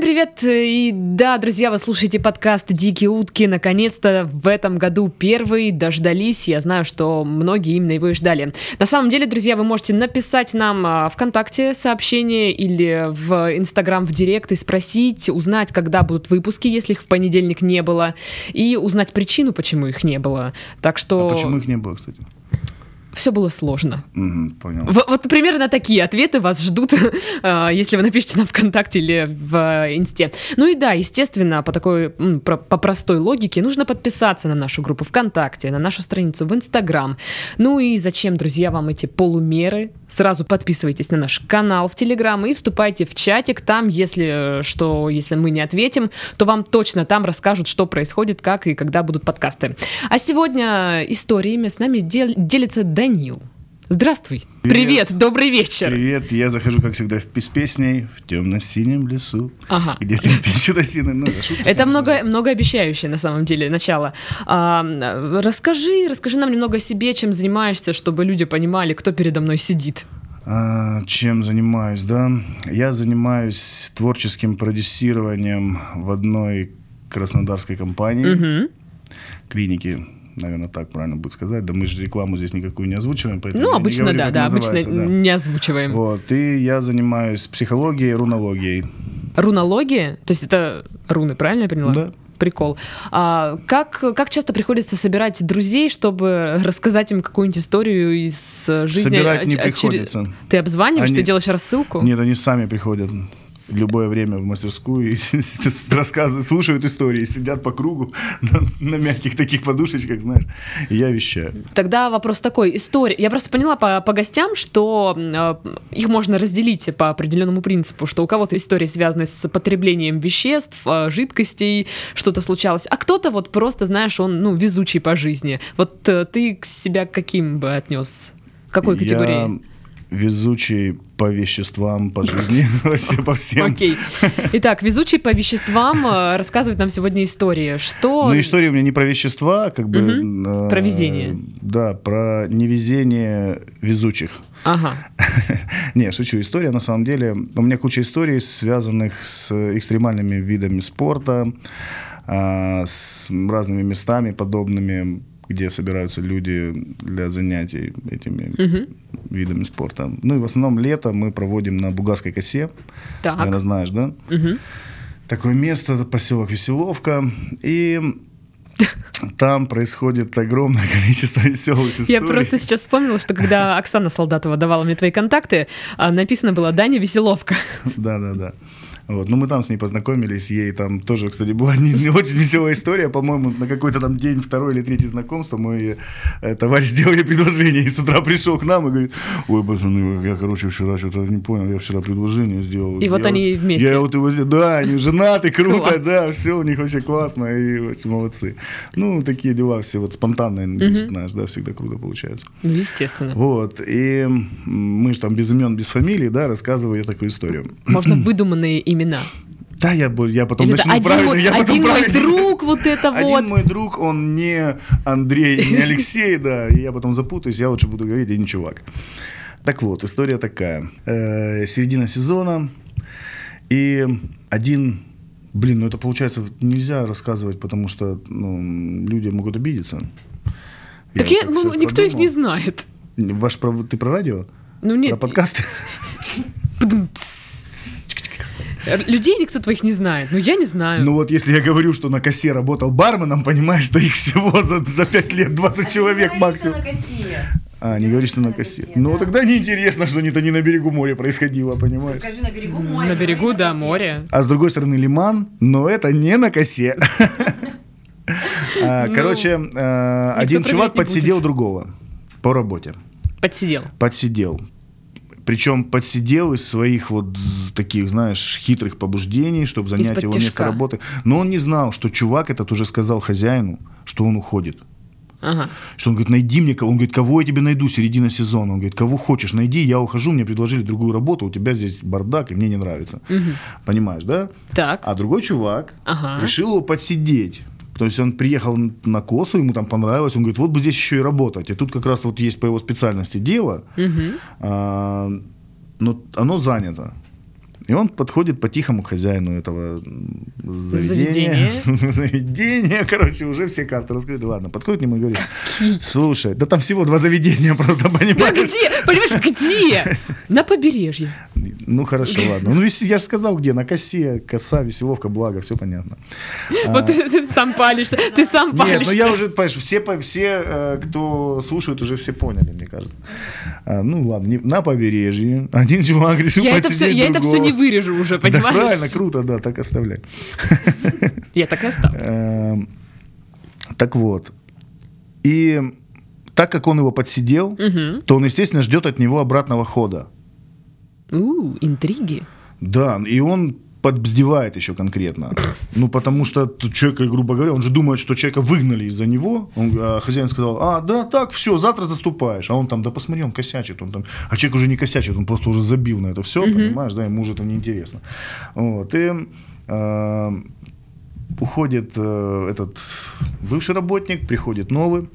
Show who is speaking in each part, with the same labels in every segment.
Speaker 1: привет! И да, друзья, вы слушаете подкаст «Дикие утки». Наконец-то в этом году первый дождались. Я знаю, что многие именно его и ждали. На самом деле, друзья, вы можете написать нам а, ВКонтакте сообщение или в Инстаграм в Директ и спросить, узнать, когда будут выпуски, если их в понедельник не было, и узнать причину, почему их не было. Так что
Speaker 2: А почему их не было, кстати?
Speaker 1: все было сложно.
Speaker 2: Мгм, понял.
Speaker 1: В- Вот примерно такие ответы вас ждут, э, если вы напишите нам ВКонтакте или в э, Инсте. Ну и да, естественно, по такой, м, про- по простой логике, нужно подписаться на нашу группу ВКонтакте, на нашу страницу в Инстаграм. Ну и зачем, друзья, вам эти полумеры? Сразу подписывайтесь на наш канал в Телеграм и вступайте в чатик. Там, если э, что, если мы не ответим, то вам точно там расскажут, что происходит, как и когда будут подкасты. А сегодня историями с нами дел- делится Данил. Здравствуй. Привет,
Speaker 2: Привет.
Speaker 1: добрый вечер.
Speaker 2: Привет, я захожу, как всегда, в пи- с песней в темно-синем лесу.
Speaker 1: Ага.
Speaker 2: Где ты пишет осины? Ну, да, шутка,
Speaker 1: Это
Speaker 2: конечно.
Speaker 1: много, многообещающее на самом деле начало. А, м, расскажи, расскажи нам немного о себе, чем занимаешься, чтобы люди понимали, кто передо мной сидит.
Speaker 2: А, чем занимаюсь, да? Я занимаюсь творческим продюсированием в одной краснодарской компании,
Speaker 1: Мгм.
Speaker 2: клинике, наверное, так правильно будет сказать. Да мы же рекламу здесь никакую не озвучиваем, поэтому я
Speaker 1: Ну,
Speaker 2: не
Speaker 1: обычно,
Speaker 2: говорю,
Speaker 1: да,
Speaker 2: как
Speaker 1: да, обычно
Speaker 2: называется, да.
Speaker 1: не озвучиваем.
Speaker 2: Вот, и я занимаюсь психологией, рунологией.
Speaker 1: Рунология, то есть это руны, правильно я поняла?
Speaker 2: Да.
Speaker 1: Прикол. А, как, как часто приходится собирать друзей, чтобы рассказать им какую-нибудь историю из э, жизни?
Speaker 2: Собирать не
Speaker 1: оч- очер-
Speaker 2: приходится.
Speaker 1: Ты обзваниваешь, ты
Speaker 2: Они-
Speaker 1: делаешь рассылку?
Speaker 2: Нет, они сами приходят в любое время в мастерскую и рассказывают, слушают истории, сидят по кругу на, на мягких таких подушечках, знаешь, и я вещаю.
Speaker 1: Тогда вопрос такой, история. Я просто поняла по, по гостям, что э, их можно разделить по определенному принципу, что у кого-то истории связаны с потреблением веществ, э, жидкостей, что-то случалось, а кто-то вот просто, знаешь, он, ну, везучий по жизни. Вот э, ты к себя к каким бы отнес? К Какой
Speaker 2: Я
Speaker 1: категории?
Speaker 2: везучий по веществам, по жизни, вообще по всем.
Speaker 1: Окей. Итак, везучий по веществам э, рассказывает нам сегодня истории. Что...
Speaker 2: Но Ну, история у меня не про вещества, как бы...
Speaker 1: Мгм.
Speaker 2: э,
Speaker 1: Про везение.
Speaker 2: Да, про невезение везучих.
Speaker 1: Ага.
Speaker 2: Не, шучу. История, на самом деле, у меня куча историй, связанных с экстремальными видами спорта, а, с разными местами подобными, где собираются люди для занятий этими
Speaker 1: Мгм.
Speaker 2: видами спорта. Ну и в основном лето мы проводим на Бугарской косе, наверное,
Speaker 1: Так.
Speaker 2: знаешь, да?
Speaker 1: Мгм.
Speaker 2: Такое место, это поселок Веселовка, и там происходит огромное количество веселых
Speaker 1: Я
Speaker 2: историй.
Speaker 1: просто сейчас вспомнила, что когда Оксана Солдатова давала мне твои контакты, а, написано было «Даня Веселовка».
Speaker 2: Да, да, да. Вот. Ну, мы там с ней познакомились, ей там тоже, кстати, была не, не очень веселая история, по-моему, на какой-то там день, второй или третий знакомства мой э, товарищ сделал ей предложение, и с утра пришел к нам и говорит, ой, пацаны, я, короче, вчера что-то не понял, я вчера предложение сделал.
Speaker 1: И
Speaker 2: Я
Speaker 1: вот они вместе.
Speaker 2: Я вот его сделал, да, они женаты, круто,
Speaker 1: Класс.
Speaker 2: да, все у них вообще классно, и очень молодцы. Ну, такие дела все вот спонтанные, знаешь, да, всегда круто получается.
Speaker 1: Ну, естественно.
Speaker 2: Вот, и м, мы же там без имен, без фамилий, да, рассказывал я такую историю.
Speaker 1: Можно выдуманные имена.
Speaker 2: Да, я, бу- я потом
Speaker 1: Или это
Speaker 2: начну
Speaker 1: один
Speaker 2: ну, правильно.
Speaker 1: мой,
Speaker 2: я потом
Speaker 1: один мой
Speaker 2: правильно.
Speaker 1: друг, вот это вот.
Speaker 2: Один мой друг, он не Андрей, не Алексей, да, и я потом запутаюсь, я лучше буду говорить один чувак. Так вот, история такая. Э, середина сезона, и один... Блин, ну это получается в- нельзя рассказывать, потому что ну, люди могут обидеться.
Speaker 1: Так я- ну,
Speaker 2: всё
Speaker 1: никто их не
Speaker 2: продумал.
Speaker 1: знает.
Speaker 2: Ваш, про- ты про радио?
Speaker 1: Ну
Speaker 2: Про
Speaker 1: нет.
Speaker 2: подкасты?
Speaker 1: Пдум, тс. Людей никто твоих не знает. Ну я не знаю.
Speaker 2: Ну вот если я говорю, что на косе работал барменом, понимаешь, что их всего за, за 5 лет 20 человек максимум. А, не говоришь, что на косе. Ну
Speaker 3: да.
Speaker 2: тогда неинтересно, что это не на берегу моря происходило, понимаешь?
Speaker 3: Скажи на берегу моря.
Speaker 1: На берегу,
Speaker 3: говори на
Speaker 1: да,
Speaker 3: косе.
Speaker 1: море.
Speaker 2: А с другой стороны лиман, но это не на косе. А,
Speaker 1: Ну,
Speaker 2: Короче, э, один
Speaker 1: проверять
Speaker 2: чувак
Speaker 1: не
Speaker 2: подсидел
Speaker 1: будет.
Speaker 2: другого по работе.
Speaker 1: Подсидел.
Speaker 2: подсидел. Причем подсидел из своих вот з- таких, знаешь, хитрых побуждений, чтобы занять
Speaker 1: Из-под
Speaker 2: его
Speaker 1: тишка.
Speaker 2: место работы. Но он не знал, что чувак этот уже сказал хозяину, что он уходит.
Speaker 1: Ага.
Speaker 2: Что он говорит, найди мне кого. Он говорит, кого я тебе найду, середина сезона. Он говорит, кого хочешь, найди, я ухожу, мне предложили другую работу, у тебя здесь бардак, и мне не нравится. Понимаешь, да?
Speaker 1: Так.
Speaker 2: А другой чувак
Speaker 1: Ага.
Speaker 2: решил его подсидеть. То есть он приехал на косу, ему там понравилось, он говорит, вот бы здесь еще и работать. И тут как раз вот есть по его специальности дело,
Speaker 1: Мгм.
Speaker 2: а, но оно ну, занято. И он подходит по-тихому к хозяину этого заведения.
Speaker 1: Заведения.
Speaker 2: Заведения, короче, уже все карты раскрыты. Ладно, подходит к нему и говорит, слушай, да там всего два заведения, просто
Speaker 1: Да
Speaker 2: понимаешь?
Speaker 1: где? Понимаешь, где? На побережье.
Speaker 2: Ну хорошо, ладно. Ну вис- я же сказал, где, на косе, коса, веселовка, благо, все понятно. А,
Speaker 1: Вот ты, ты сам палишься. Ты сам
Speaker 2: Нет, ну
Speaker 1: палишься.
Speaker 2: я уже, понимаешь, все, по- все э, кто слушает, уже все поняли, мне кажется. А, ну ладно, не- на побережье. Один чувак решил
Speaker 1: Я это, все,
Speaker 2: подсидеть
Speaker 1: я это все не
Speaker 2: другого.
Speaker 1: вырежу уже,
Speaker 2: Да,
Speaker 1: понимаешь?
Speaker 2: правильно, круто, да, так оставляй.
Speaker 1: Я так и оставлю.
Speaker 2: Эм, Так вот. И так как он его подсидел,
Speaker 1: Мгм.
Speaker 2: то он, естественно, ждет от него обратного хода.
Speaker 1: Угу. У, интриги.
Speaker 2: Да, и он подбздевает еще конкретно. Ну, потому что т- человека, грубо говоря, он же думает, что человека выгнали из-за него. Он, а хозяин сказал, а, да, так, все, завтра заступаешь. А он там, да посмотри, он косячит. Он там... А человек уже не косячит, он просто уже забил на это все, понимаешь, да, ему уже это неинтересно. Вот, и э, уходит э, этот бывший работник, приходит новый.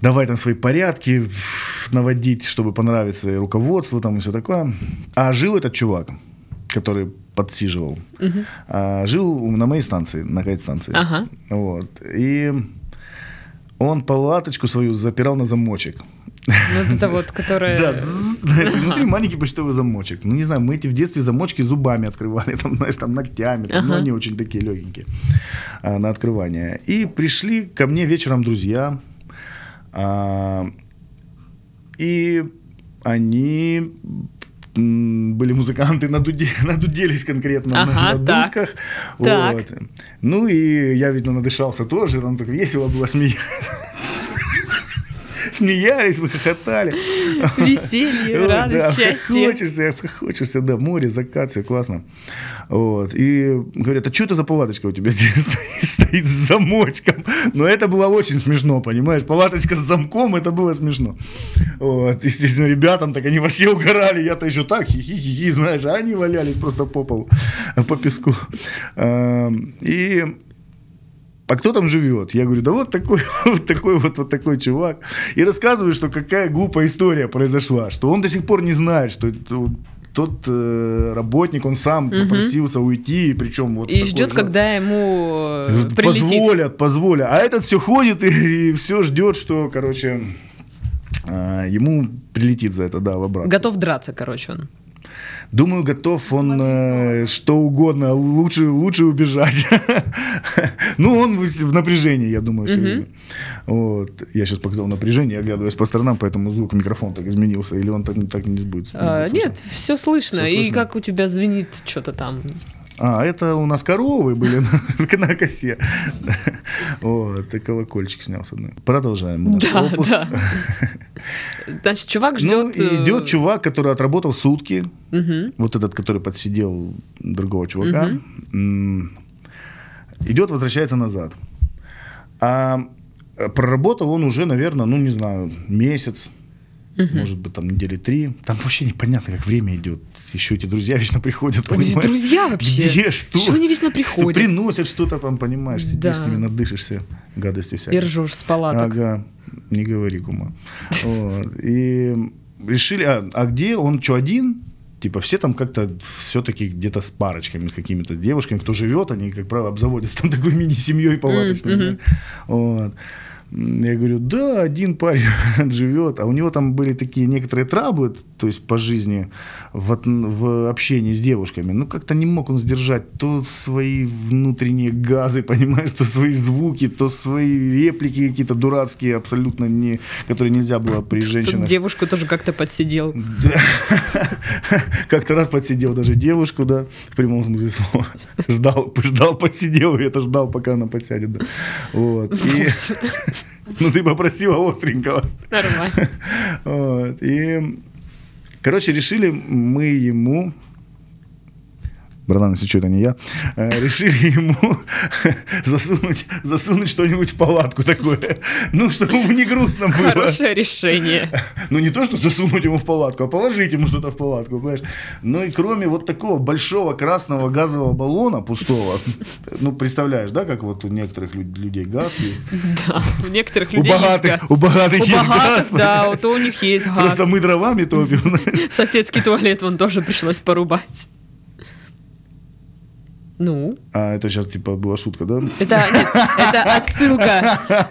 Speaker 2: Давай там свои порядки ф, наводить, чтобы понравиться и руководству там и все такое. А жил этот чувак, который подсиживал, а, жил на моей станции, на кайт-станции.
Speaker 1: Ага.
Speaker 2: Вот. И он палаточку свою запирал на замочек.
Speaker 1: Ну, Вот это вот, которое...
Speaker 2: Да, дзз, знаешь, и внутри
Speaker 1: Ага.
Speaker 2: маленький почтовый замочек. Ну, не знаю, мы эти в детстве замочки зубами открывали, там, знаешь, там ногтями, там, но
Speaker 1: Ага.
Speaker 2: они очень такие легенькие а, на открывание. И пришли ко мне вечером друзья, а, и они м, были музыканты, надуде- надуделись конкретно на-
Speaker 1: Ага,
Speaker 2: на,
Speaker 1: так.
Speaker 2: дудках.
Speaker 1: Так.
Speaker 2: Вот. Ну и я, видно, надышался тоже, там так весело было, смеялись. Смеялись, мы хохотали.
Speaker 1: Веселье,
Speaker 2: Ой, да,
Speaker 1: радость, счастье.
Speaker 2: Хочешься, хочешься, да, море, закат, все классно. Вот. И говорят, а что это за палаточка у тебя здесь стоит, стоит с замочком? Но это было очень смешно, понимаешь? Палаточка с замком, это было смешно. Вот. Естественно, ребятам так они вообще угорали, я-то еще так, хи-хи-хи, знаешь, а они валялись просто по полу, по песку. Эм, И а кто там живет? Я говорю, да вот такой, вот такой вот, вот такой чувак. И рассказываю, что какая глупая история произошла, что он до сих пор не знает, что это- тот э, работник, он сам попросился уйти, причем вот в
Speaker 1: И
Speaker 2: такой
Speaker 1: ждет,
Speaker 2: же-
Speaker 1: когда ему э, прилетит.
Speaker 2: Позволят, позволят. А этот все ходит и, все ждет, что, короче, а, ему прилетит за это, да, в обратно.
Speaker 1: Готов драться, короче, он.
Speaker 2: Думаю, готов он э, что угодно, лучше, лучше убежать. ну, он в, в напряжении, я думаю, все время. Вот. Я сейчас показал напряжение, оглядываясь по сторонам, поэтому звук микрофона так изменился, или он так, так не будет.
Speaker 1: А,
Speaker 2: не будет
Speaker 1: нет, все слышно.
Speaker 2: Всё
Speaker 1: И
Speaker 2: слышно.
Speaker 1: как у тебя звенит что-то там.
Speaker 2: слышно. А, это у нас коровы были на, на косе. вот, и колокольчик снял с одной. Продолжаем. наш
Speaker 1: Да,
Speaker 2: опус.
Speaker 1: да. э, Значит, чувак
Speaker 2: Ну,
Speaker 1: ждет.
Speaker 2: и идет чувак, который отработал сутки.
Speaker 1: Мгм.
Speaker 2: вот этот, который подсидел другого чувака, м, идет, возвращается назад. А э, проработал он уже, наверное, ну, не знаю, месяц, может быть, там недели три. Там вообще непонятно, как время идет. Еще эти друзья вечно приходят,
Speaker 1: У них
Speaker 2: понимаешь?
Speaker 1: друзья вообще.
Speaker 2: Где, что?
Speaker 1: Чего они вечно
Speaker 2: Что
Speaker 1: приходят?
Speaker 2: приносят что-то там, понимаешь, сидишь
Speaker 1: Да.
Speaker 2: с ними, надышишься гадостью всякой.
Speaker 1: И ржешь с палаток.
Speaker 2: Ага, не говори, кума. Вот. И решили, а, а где он, что, один? Типа все там как-то все-таки где-то с парочками, с какими-то девушками, кто живет, они, как правило, обзаводятся там такой мини-семьей палаточной. да. Вот. М, Я говорю, да, один парень живет, а у него там были такие некоторые траблы, то есть по жизни в, от- в общении с девушками. Ну, как-то не мог он сдержать то свои внутренние газы, понимаешь, то свои звуки, то свои реплики какие-то дурацкие, абсолютно не, которые нельзя было при
Speaker 1: Тут
Speaker 2: женщинах.
Speaker 1: девушку тоже как-то подсидел.
Speaker 2: Да. Как-то раз подсидел даже девушку, да, в прямом смысле слова. Ждал, ждал, подсидел, и это ждал, пока она подсядет, да. Вот. И- ну, ты попросила остренького.
Speaker 1: Нормально.
Speaker 2: Вот. И, короче, решили мы ему Братан, если что, это не я. э, Решили ему засунуть, засунуть что-нибудь в палатку такое. Ну, чтобы ему не грустно было.
Speaker 1: Хорошее решение.
Speaker 2: Ну, не то, что засунуть ему в палатку, а положить ему что-то в палатку, понимаешь? Ну, и кроме вот такого большого красного газового баллона пустого, ну, представляешь, да, как вот у некоторых лю- людей газ есть?
Speaker 1: Да. У некоторых людей есть
Speaker 2: богатых-
Speaker 1: газ.
Speaker 2: у богатых
Speaker 1: У
Speaker 2: есть
Speaker 1: богатых,
Speaker 2: газ,
Speaker 1: Да, вот у них есть газ.
Speaker 2: Просто мы дровами топим. знаешь.
Speaker 1: Соседский туалет вон тоже пришлось порубать. Ну,
Speaker 2: А это сейчас типа была шутка, да?
Speaker 1: это, нет, это отсылка,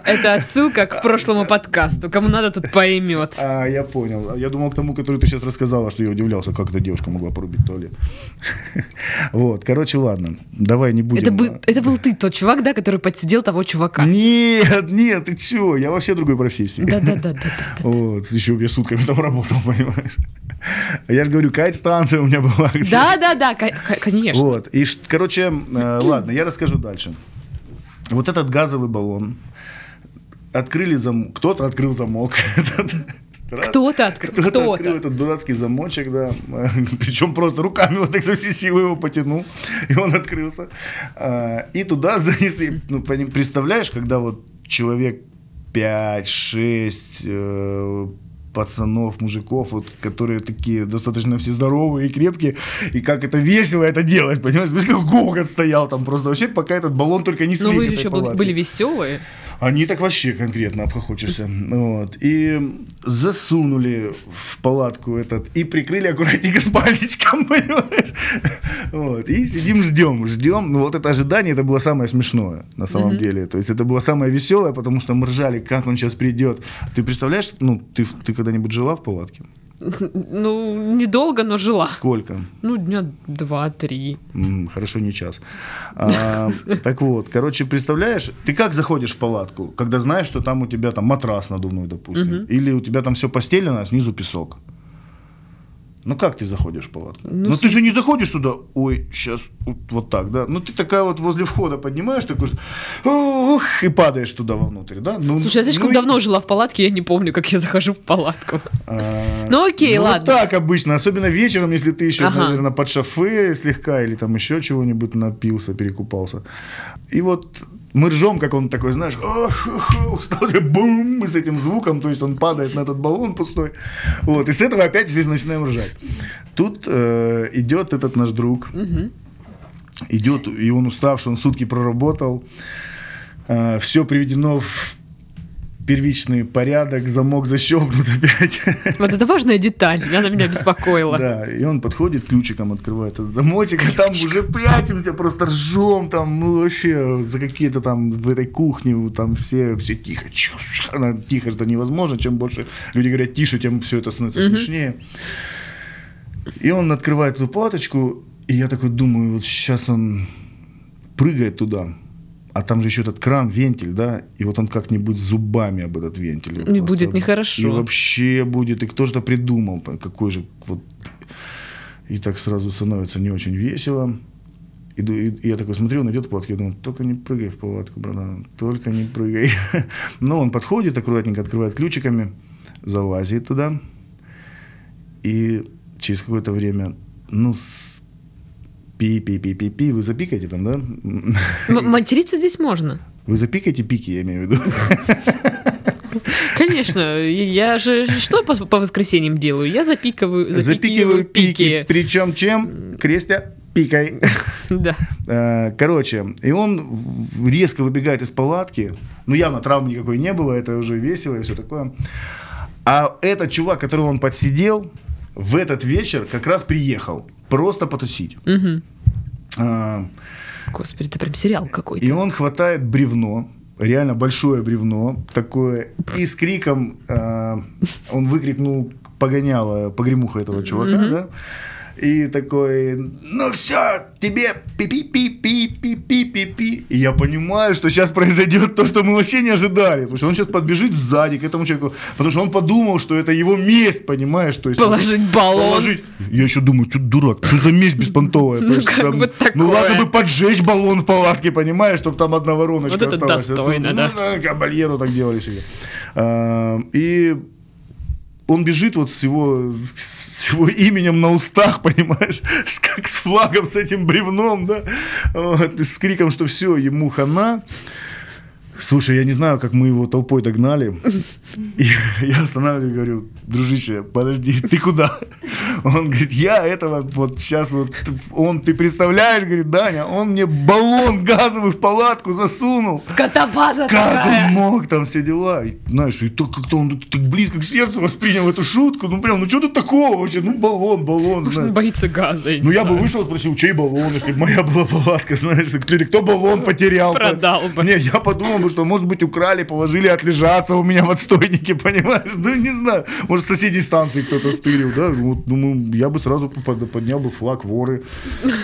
Speaker 1: это отсылка к прошлому подкасту. Кому надо, тот поймет.
Speaker 2: А, я понял. Я думал к тому, который ты сейчас рассказала, что я удивлялся, как эта девушка могла порубить туалет. Вот, короче, ладно. Давай не будем. а.
Speaker 1: Это, бы, это был ты, тот чувак, да, который подсидел того чувака.
Speaker 2: Нет, нет, ты чего? Я вообще другой
Speaker 1: Ну,
Speaker 2: профессии.
Speaker 1: Да-да-да. да.
Speaker 2: Вот, еще я сутками там работал, понимаешь? Я же говорю, кайт-станция у меня была. где-
Speaker 1: Да-да-да, ко- ко- конечно.
Speaker 2: Вот, и, ш- короче, э, ладно, я расскажу дальше. Вот этот газовый баллон. Открыли замок. Кто-то открыл замок. Этот раз.
Speaker 1: Кто-то открыл.
Speaker 2: Кто-то открыл
Speaker 1: Кто-то.
Speaker 2: этот дурацкий замочек, да. Причем просто руками вот так со всей силы его потянул, и он открылся. А, И туда занесли. Ну, пони- представляешь, когда вот человек 5-6 пацанов, мужиков, вот, которые такие достаточно все здоровые и крепкие, и как это весело это делать, понимаешь? Без как гогот стоял там просто вообще, пока этот баллон только не
Speaker 1: Но
Speaker 2: слег
Speaker 1: Ну, вы
Speaker 2: этой
Speaker 1: же еще был-
Speaker 2: палатки.
Speaker 1: были веселые.
Speaker 2: Они так вообще конкретно обхохочешься. Вот. И засунули в палатку этот и прикрыли аккуратненько спальничком, понимаешь? Вот. И сидим, ждем, ждем. Ну, вот это ожидание, это было самое смешное на самом деле. То есть это было самое веселое, потому что мы ржали, как он сейчас придет. Ты представляешь, ну, ты, ты когда-нибудь жила в палатке?
Speaker 1: Ну, недолго, но жила.
Speaker 2: Сколько?
Speaker 1: Ну, дня два-три.
Speaker 2: М, Хорошо, не час. А, так вот, короче, представляешь, ты как заходишь в палатку, когда знаешь, что там у тебя там матрас надувной, допустим, или у тебя там все постелено, а снизу песок. Ну как ты заходишь в палатку?
Speaker 1: Ну,
Speaker 2: Ну,
Speaker 1: с-
Speaker 2: ты же не заходишь туда, ой, сейчас вот так, да? Ну ты такая вот возле входа поднимаешь, такой, ух, и падаешь туда вовнутрь, да? Ну,
Speaker 1: Слушай, я слишком
Speaker 2: ну и-
Speaker 1: давно жила в палатке, я не помню, как я захожу в палатку.
Speaker 2: А,
Speaker 1: Ну, окей,
Speaker 2: ну,
Speaker 1: ладно.
Speaker 2: так обычно, особенно вечером, если ты еще,
Speaker 1: Ага.
Speaker 2: наверное, под шофе слегка или там еще чего-нибудь напился, перекупался. И вот мы ржем, как он такой, знаешь, «Ох, ох, ох», стал такой бум, и с этим звуком, то есть он падает на этот баллон пустой. Вот, и с этого опять здесь начинаем ржать. Тут э, идет этот наш друг, идет, и он уставший, он сутки проработал. все приведено в первичный порядок, замок защелкнут опять.
Speaker 1: Вот это важная деталь, она меня беспокоила.
Speaker 2: Да, и он подходит, ключиком открывает этот замочек, а там уже прячемся, просто ржем там, ну вообще, за какие-то там в этой кухне, там все, все тихо, чш, чш, она- тихо это невозможно, чем больше люди говорят тише, тем все это становится смешнее. И он открывает эту платочку, и я такой думаю, вот сейчас он прыгает туда, а там же еще этот кран, вентиль, да, и вот он как-нибудь зубами об этот вентиль. вот
Speaker 1: И
Speaker 2: просто-
Speaker 1: будет нехорошо.
Speaker 2: И вообще будет, и кто же это придумал, по- какой же вот... И так сразу становится не очень весело. Иду, и, и я такой смотрю, он идет в палатке, я думаю, только не прыгай в палатку, братан, только не прыгай. Но он подходит, аккуратненько открывает ключиками, залазит туда, и через какое-то время, ну, с- пи-пи-пи-пи-пи, вы запикаете там, да?
Speaker 1: М- Материться здесь можно.
Speaker 2: Вы запикаете пики, я имею в виду.
Speaker 1: Конечно, я же что по, по воскресеньям делаю? Я запикиваю,
Speaker 2: Запикиваю
Speaker 1: запикиваю
Speaker 2: пики.
Speaker 1: пики.
Speaker 2: Причем чем? Крестя пикой.
Speaker 1: Да.
Speaker 2: Э, Короче, и он в- резко выбегает из палатки. Ну, явно травмы никакой не было, это уже весело и все такое. А этот чувак, которого он подсидел, в этот вечер как раз приехал. Просто потусить.
Speaker 1: Мгм.
Speaker 2: А,
Speaker 1: Господи, это прям сериал какой-то.
Speaker 2: И он хватает бревно, реально большое бревно, такое, и с криком э, он выкрикнул погоняло, погремуха этого чувака, да? И такой, ну все, тебе пи-пи-пи-пи-пи-пи-пи-пи. И я понимаю, что сейчас произойдет то, что мы вообще не ожидали. Потому что он сейчас подбежит сзади к этому человеку. Потому что он подумал, что это его месть, понимаешь? То есть он-
Speaker 1: Положить баллон.
Speaker 2: положить. Я еще думаю, что дурак, что за месть беспонтовая.
Speaker 1: Ну,
Speaker 2: То есть
Speaker 1: как
Speaker 2: там,
Speaker 1: бы такое.
Speaker 2: ну ладно бы поджечь баллон в палатке, понимаешь, чтобы там одна вороночка
Speaker 1: Вот это
Speaker 2: осталась. А то,
Speaker 1: достойно, да.
Speaker 2: Ну, на кабальеру так делали себе. А, И он бежит вот с его, с его именем на устах, понимаешь, с, как с флагом, с этим бревном, да, Вот, и с криком, что все, ему хана. Слушай, я не знаю, как мы его толпой догнали. И я останавливаю и говорю, дружище, подожди, ты куда? Он говорит, я этого вот сейчас вот, он, ты представляешь, говорит, Даня, он мне баллон газовый в палатку засунул.
Speaker 1: Скотобаза
Speaker 2: Как
Speaker 1: такая.
Speaker 2: он мог, там все дела. И, знаешь, и то как-то он так близко к сердцу воспринял эту шутку. Ну прям, ну что тут такого вообще? Ну баллон, баллон.
Speaker 1: Может, он
Speaker 2: знаешь.
Speaker 1: боится газа. я не
Speaker 2: Ну я бы
Speaker 1: знаю.
Speaker 2: вышел, спросил, чей баллон, если бы моя была палатка, знаешь, или кто баллон потерял.
Speaker 1: Продал бы.
Speaker 2: Не, я подумал бы, что, может быть, украли, положили отлежаться у меня в отстойнике, понимаешь? Ну, не знаю. Может, с соседней станции кто-то стырил, да? Вот, думаю, я бы сразу под- поднял бы флаг воры.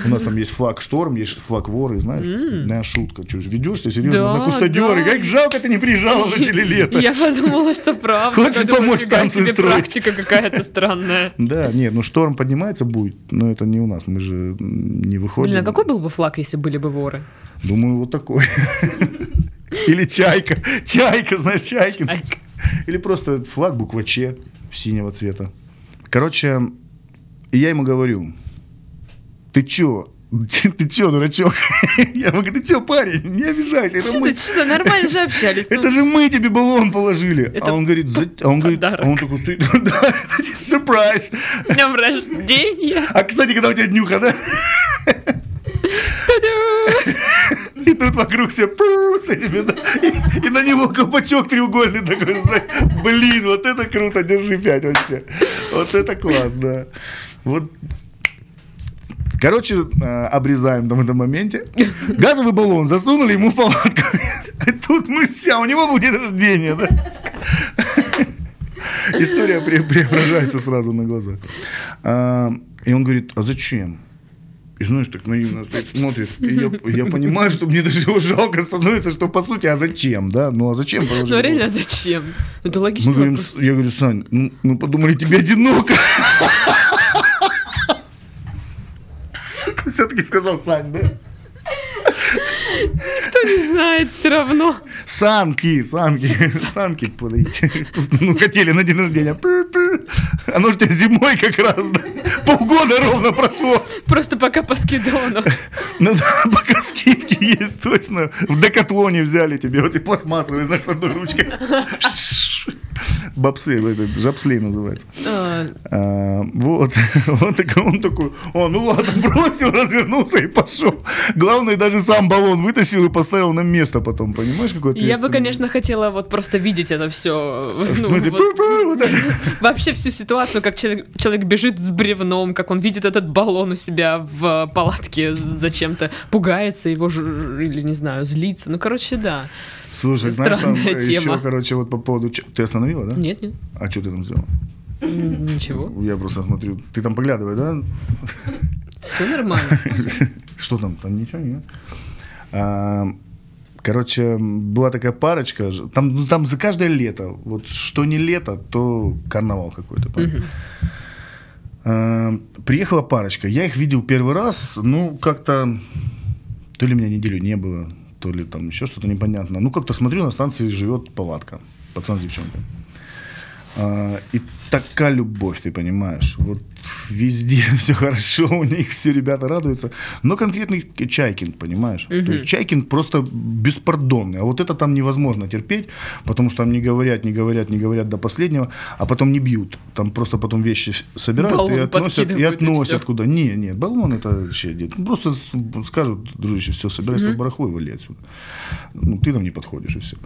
Speaker 2: У нас там есть флаг шторм, есть флаг воры, знаешь? Да, шутка. Че, ведешься серьезно
Speaker 1: Да,
Speaker 2: на кустодеры?
Speaker 1: да.
Speaker 2: Как жалко, ты не приезжала в начале лета.
Speaker 1: Я подумала, что правда.
Speaker 2: Хочешь
Speaker 1: Я думаю,
Speaker 2: помочь
Speaker 1: нифига
Speaker 2: станцию
Speaker 1: себе
Speaker 2: строить?
Speaker 1: Практика какая-то странная.
Speaker 2: Да, нет, ну шторм поднимается будет, но это не у нас, мы же м, не выходим.
Speaker 1: Блин, а какой был бы флаг, если были бы воры?
Speaker 2: Думаю, вот такой. Или чайка. Чайка, знаешь, чайкин.
Speaker 1: Чайка.
Speaker 2: Или просто флаг буква Ч синего цвета. Короче, я ему говорю, ты чё? Ты чё, дурачок? Я ему говорю, ты чё, парень, не обижайся, это
Speaker 1: Что
Speaker 2: мы.
Speaker 1: ты, что ты, нормально же общались. ну.
Speaker 2: Это же мы тебе баллон положили.
Speaker 1: Это
Speaker 2: а он говорит, «За- а он говорит,
Speaker 1: подарок.
Speaker 2: а он такой стоит, да, сюрприз.
Speaker 1: С Днем рождения.
Speaker 2: А кстати, когда у тебя днюха, да?
Speaker 1: Та-дам!
Speaker 2: И тут вокруг все «пу» с этими, да, и, и на него колпачок треугольный такой, знаешь, блин, вот это круто, держи пять вообще. Вот это класс, да. Вот Короче, э, обрезаем там в этом моменте. Газовый баллон засунули ему в палатку. И тут мы вся, у него был день рождения, да? История пре- преображается сразу на глазах. А, И он говорит, а зачем? И знаешь, так наивно стоит, смотрит. И я, я понимаю, что мне даже его жалко становится, что по сути, а зачем, да? Ну а зачем? положить
Speaker 1: Ну
Speaker 2: его?
Speaker 1: реально, а зачем? Это логично.
Speaker 2: Мы говорим, с- я говорю, Сань, ну, мы подумали, тебе одиноко. Все-таки сказал Сань, да?
Speaker 1: Кто не знает все равно.
Speaker 2: Санки, санки, санки подайте. Ну, хотели на день рождения. Пы-пы. Оно же у тебя зимой как раз, да? Полгода ровно прошло.
Speaker 1: Просто пока по скидону.
Speaker 2: Ну да, пока скидки есть, точно. В декатлоне взяли тебе, вот и пластмассовые, знаешь, с одной ручкой. Бобсы, этот, жапслей называется.
Speaker 1: А,
Speaker 2: А, Вот, он такой, он такой, о, ну ладно, бросил, развернулся и пошел. Главное, даже сам баллон вытащил и поставил на место потом, понимаешь, какой
Speaker 1: Я бы,
Speaker 2: ответственный?
Speaker 1: конечно, ну, хотела вот просто видеть это все.
Speaker 2: В смысле, «Пу-пу», вот это.
Speaker 1: Вообще всю ситуацию, как человек, человек бежит с бревном, как он видит этот баллон у себя в э, палатке з- зачем-то, пугается его ж- или, не знаю, злится. Ну, короче, да.
Speaker 2: Слушай, знаешь, там
Speaker 1: Странная тема.
Speaker 2: еще, короче, вот по поводу... чё- Ты остановила, да?
Speaker 1: Нет, нет,
Speaker 2: А что ты там сделал?
Speaker 1: м, ничего,
Speaker 2: Я просто смотрю. Ты там поглядывай, да?
Speaker 1: все нормально.
Speaker 2: Что там? Там ничего нет. А, Короче, была такая парочка. ж- Там, ну, там за каждое лето, вот что не лето, то карнавал какой-то. понятно. А, Приехала парочка. Я их видел первый раз, ну, как-то... То ли меня неделю не было, то ли там еще что-то непонятно. Ну, как-то смотрю, на станции живет палатка. Пацан с девчонкой. А, И такая любовь, ты понимаешь. Вот везде все хорошо, у них все ребята радуются. Но конкретный Чайкин, понимаешь? То есть Чайкин просто беспардонный. А вот это там невозможно терпеть, потому что там не говорят, не говорят, не говорят до последнего, а потом не бьют. Там просто потом вещи с- собирают и
Speaker 1: Баллон
Speaker 2: относят, и
Speaker 1: подкидывают, и
Speaker 2: относят
Speaker 1: всё.
Speaker 2: куда. Не, нет, баллон это вообще дед. Ну, Просто с- скажут, дружище, все, собирай свое барахло и вали отсюда. Ну, ты там не подходишь, и все.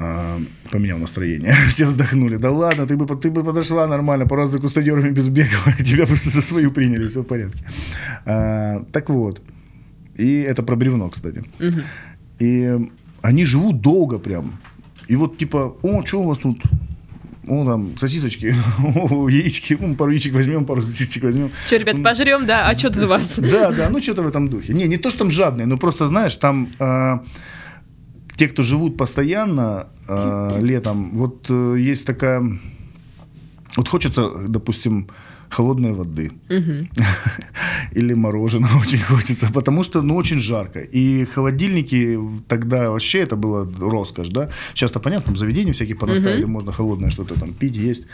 Speaker 2: А, поменял настроение. Все вздохнули. Да ладно, ты бы, по- ты бы подошла нормально, пару раз за кустодерами безбегала, тебя бы за свою приняли, все в порядке. А, так вот. И это про бревно, кстати. И они живут долго прям. И вот типа, о, что у вас тут? О, там, сосисочки, о, яички, М, пару яичек возьмем, пару сосисочек возьмем.
Speaker 1: Че, ребят, пожрем, да? А что тут у вас?
Speaker 2: Да, да, ну что-то в этом духе. Не, не то, что там жадные, но просто, знаешь, там э, те, кто живут постоянно э, летом, вот э, есть такая... Вот хочется, допустим, холодной воды. Или мороженого очень хочется, потому что, ну, очень жарко. И холодильники тогда вообще это было роскошь, да? Сейчас-то понятно, там заведения всякие понаставили, можно холодное что-то там пить, есть.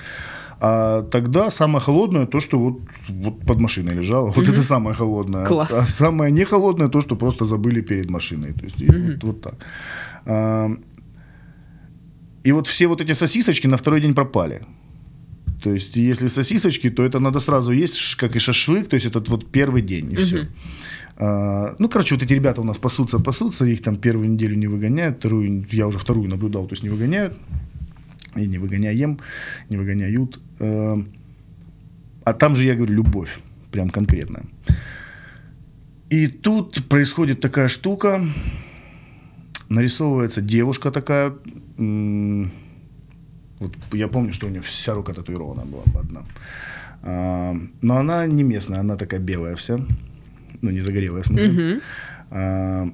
Speaker 2: А тогда самое холодное то, что вот, вот под машиной лежало. Вот это самое холодное.
Speaker 1: Класс.
Speaker 2: А самое не холодное то, что просто забыли перед машиной. То есть и вот, вот так. А, И вот все вот эти сосисочки на второй день пропали. То есть, если сосисочки, то это надо сразу есть, ш- как и шашлык, то есть этот вот первый день, и все.
Speaker 1: Мгм.
Speaker 2: А, ну, короче, вот эти ребята у нас пасутся, пасутся, их там первую неделю не выгоняют, вторую, я уже вторую наблюдал, то есть не выгоняют, и не выгоняем, не выгоняют. Э, А там же, я говорю, любовь, прям конкретная. И тут происходит такая штука, нарисовывается девушка такая, м, вот я помню, что у нее вся рука татуирована была одна. А, но она не местная, она такая белая вся. Ну, не загорелая, в смысле.
Speaker 1: Мгм.
Speaker 2: А,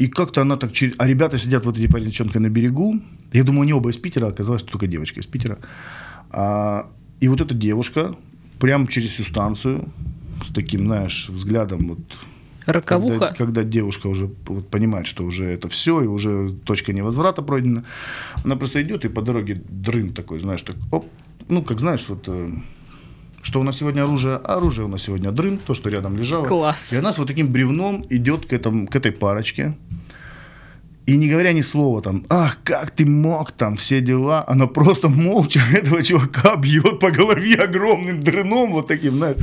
Speaker 2: и как-то она так... через- А ребята сидят вот эти паренчонка на берегу. Я думаю, они оба из Питера. Оказалось, что только девочка из Питера. А, и вот эта девушка прям через всю станцию с таким, знаешь, взглядом вот когда,
Speaker 1: Роковуха.
Speaker 2: когда девушка уже вот понимает, что уже это все, и уже точка невозврата пройдена, она просто идет, и по дороге дрын такой, знаешь, так, оп, ну, как знаешь, вот, э, что у нас сегодня оружие, а оружие у нас сегодня дрын, то, что рядом лежало.
Speaker 1: Класс.
Speaker 2: И она с вот таким бревном идет к, этому, к этой парочке, и не говоря ни слова там, ах, как ты мог там, все дела, она просто молча этого чувака бьет по голове огромным дрыном вот таким, знаешь.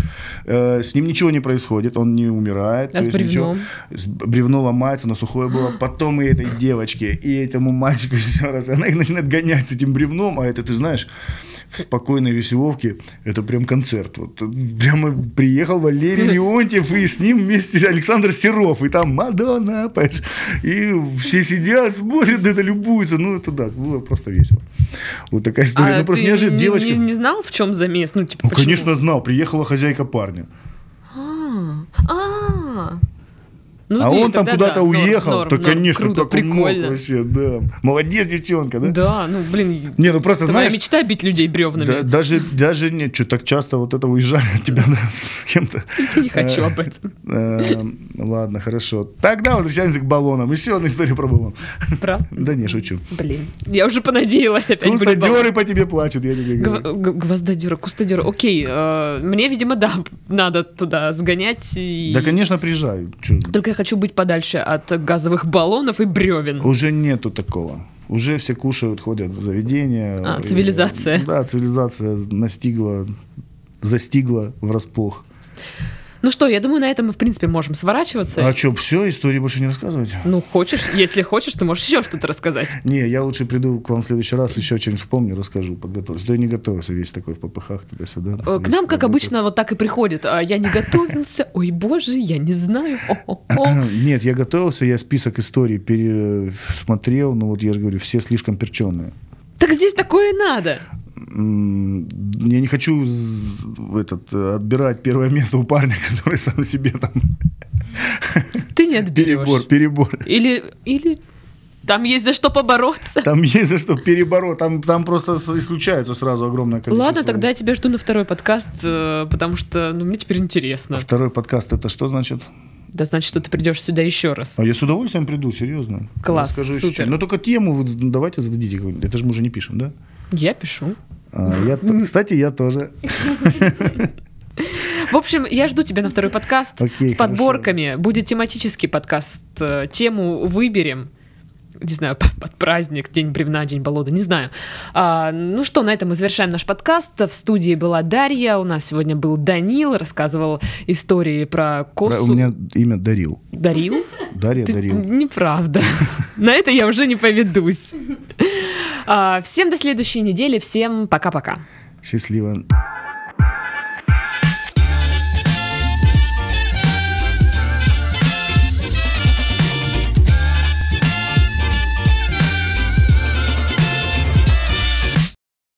Speaker 2: Э, С ним ничего не происходит, он не умирает.
Speaker 1: А
Speaker 2: то
Speaker 1: с
Speaker 2: есть ничего.
Speaker 1: бревном?
Speaker 2: С- Бревно ломается, но сухое было. Потом и этой девочке, и этому мальчику еще раз. Она их начинает гонять с этим бревном, а это, ты знаешь, в спокойной веселовке это прям концерт. Вот прямо приехал Валерий Леонтьев, и с ним вместе Александр Серов, и там Мадонна, понимаешь? И все сидят, смотрят, это любуются. Ну, это да, было просто весело. Вот такая история.
Speaker 1: А
Speaker 2: ну, просто
Speaker 1: ты
Speaker 2: неожиданно
Speaker 1: не-
Speaker 2: девочка...
Speaker 1: не- не знал, в чем замес? Ну, типа,
Speaker 2: Ну,
Speaker 1: почему?
Speaker 2: конечно, знал. Приехала хозяйка парня.
Speaker 1: А, а. Ну,
Speaker 2: а
Speaker 1: не,
Speaker 2: он там
Speaker 1: тогда
Speaker 2: куда-то
Speaker 1: да, норм,
Speaker 2: уехал.
Speaker 1: норм,
Speaker 2: да,
Speaker 1: норм,
Speaker 2: конечно,
Speaker 1: круто,
Speaker 2: как он мог
Speaker 1: прикольно.
Speaker 2: вообще, да. Молодец, девчонка, да?
Speaker 1: Да, ну, блин,
Speaker 2: Не, ну просто
Speaker 1: твоя
Speaker 2: знаешь.
Speaker 1: мечта бить людей бревнами.
Speaker 2: да, даже, даже нет, что так часто вот это уезжали от тебя да, с кем-то.
Speaker 1: Я не хочу об этом.
Speaker 2: Эм, Ладно, хорошо. Тогда возвращаемся к баллонам. Еще одна история про баллон.
Speaker 1: Правда?
Speaker 2: Да не, шучу.
Speaker 1: Блин, я уже понадеялась опять. будет баллон.
Speaker 2: Кустодеры по тебе плачут, я тебе говорю.
Speaker 1: Гв- г- Гвоздодера, кустодера. Окей, э, мне, видимо, да, надо туда сгонять. и-
Speaker 2: Да, конечно, приезжаю. Чё?
Speaker 1: Только я хочу быть подальше от газовых баллонов и бревен.
Speaker 2: Уже нету такого. Уже все кушают, ходят в заведения.
Speaker 1: А, цивилизация.
Speaker 2: И, да, цивилизация настигла, застигла врасплох.
Speaker 1: Ну что, я думаю, на этом мы, в принципе, можем сворачиваться.
Speaker 2: А что, все, истории больше не рассказывать?
Speaker 1: Ну, хочешь, если хочешь, ты можешь еще что-то рассказать.
Speaker 2: Не, я лучше приду к вам в следующий раз, еще что-нибудь вспомню, расскажу, подготовлюсь. Да я не готовился весь такой в попыхах туда-сюда.
Speaker 1: Э, К
Speaker 2: Весь
Speaker 1: нам, как
Speaker 2: такой.
Speaker 1: обычно, вот так и приходит. А я не готовился, ой, боже, я не знаю. О-о-о.
Speaker 2: Нет, я готовился, я список историй пересмотрел, но вот я же говорю, все слишком перченые.
Speaker 1: Так здесь такое и надо.
Speaker 2: М, Я не хочу з- в этот, э, отбирать первое место у парня, который сам себе там...
Speaker 1: Ты не отберешь.
Speaker 2: Перебор, перебор.
Speaker 1: Или, или там есть за что побороться.
Speaker 2: Там есть за что перебороть, там, там просто с- случается сразу огромное количество.
Speaker 1: Ладно, тогда я тебя жду на второй подкаст, э, потому что ну, мне теперь интересно.
Speaker 2: А Второй подкаст это что значит?
Speaker 1: Да значит, что ты придешь сюда еще раз.
Speaker 2: А я с удовольствием приду, серьезно.
Speaker 1: Класс,
Speaker 2: Расскажу еще
Speaker 1: супер.
Speaker 2: что-нибудь. Но Ну, только тему вы давайте зададите какую-нибудь. Это же мы уже не пишем, да?
Speaker 1: Я пишу.
Speaker 2: А, я т- кстати, я тоже.
Speaker 1: В общем, я жду тебя на второй подкаст
Speaker 2: Окей,
Speaker 1: с
Speaker 2: хорошо.
Speaker 1: подборками. Будет тематический подкаст. э, Тему выберем. Не знаю, под под праздник, день бревна, день болота, не знаю. А, ну что, на этом мы завершаем наш подкаст. В студии была Дарья, у нас сегодня был Данил, рассказывал истории про
Speaker 2: Про-
Speaker 1: косу.
Speaker 2: У меня имя Дарил.
Speaker 1: Дарил?
Speaker 2: Дарья
Speaker 1: Ты-
Speaker 2: Дарил.
Speaker 1: Неправда. На это я уже не поведусь. А, Всем до следующей недели, всем пока-пока.
Speaker 2: Счастливо.